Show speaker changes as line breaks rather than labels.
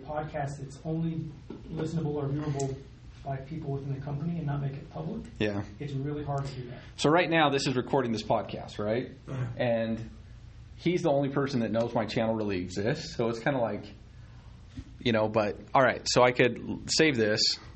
podcast that's only listenable or viewable by people within the company and not make it public,
Yeah.
it's really hard to do that.
So right now, this is recording this podcast, right? And he's the only person that knows my channel really exists. So it's kind of like, you know. But all right, so I could l- save this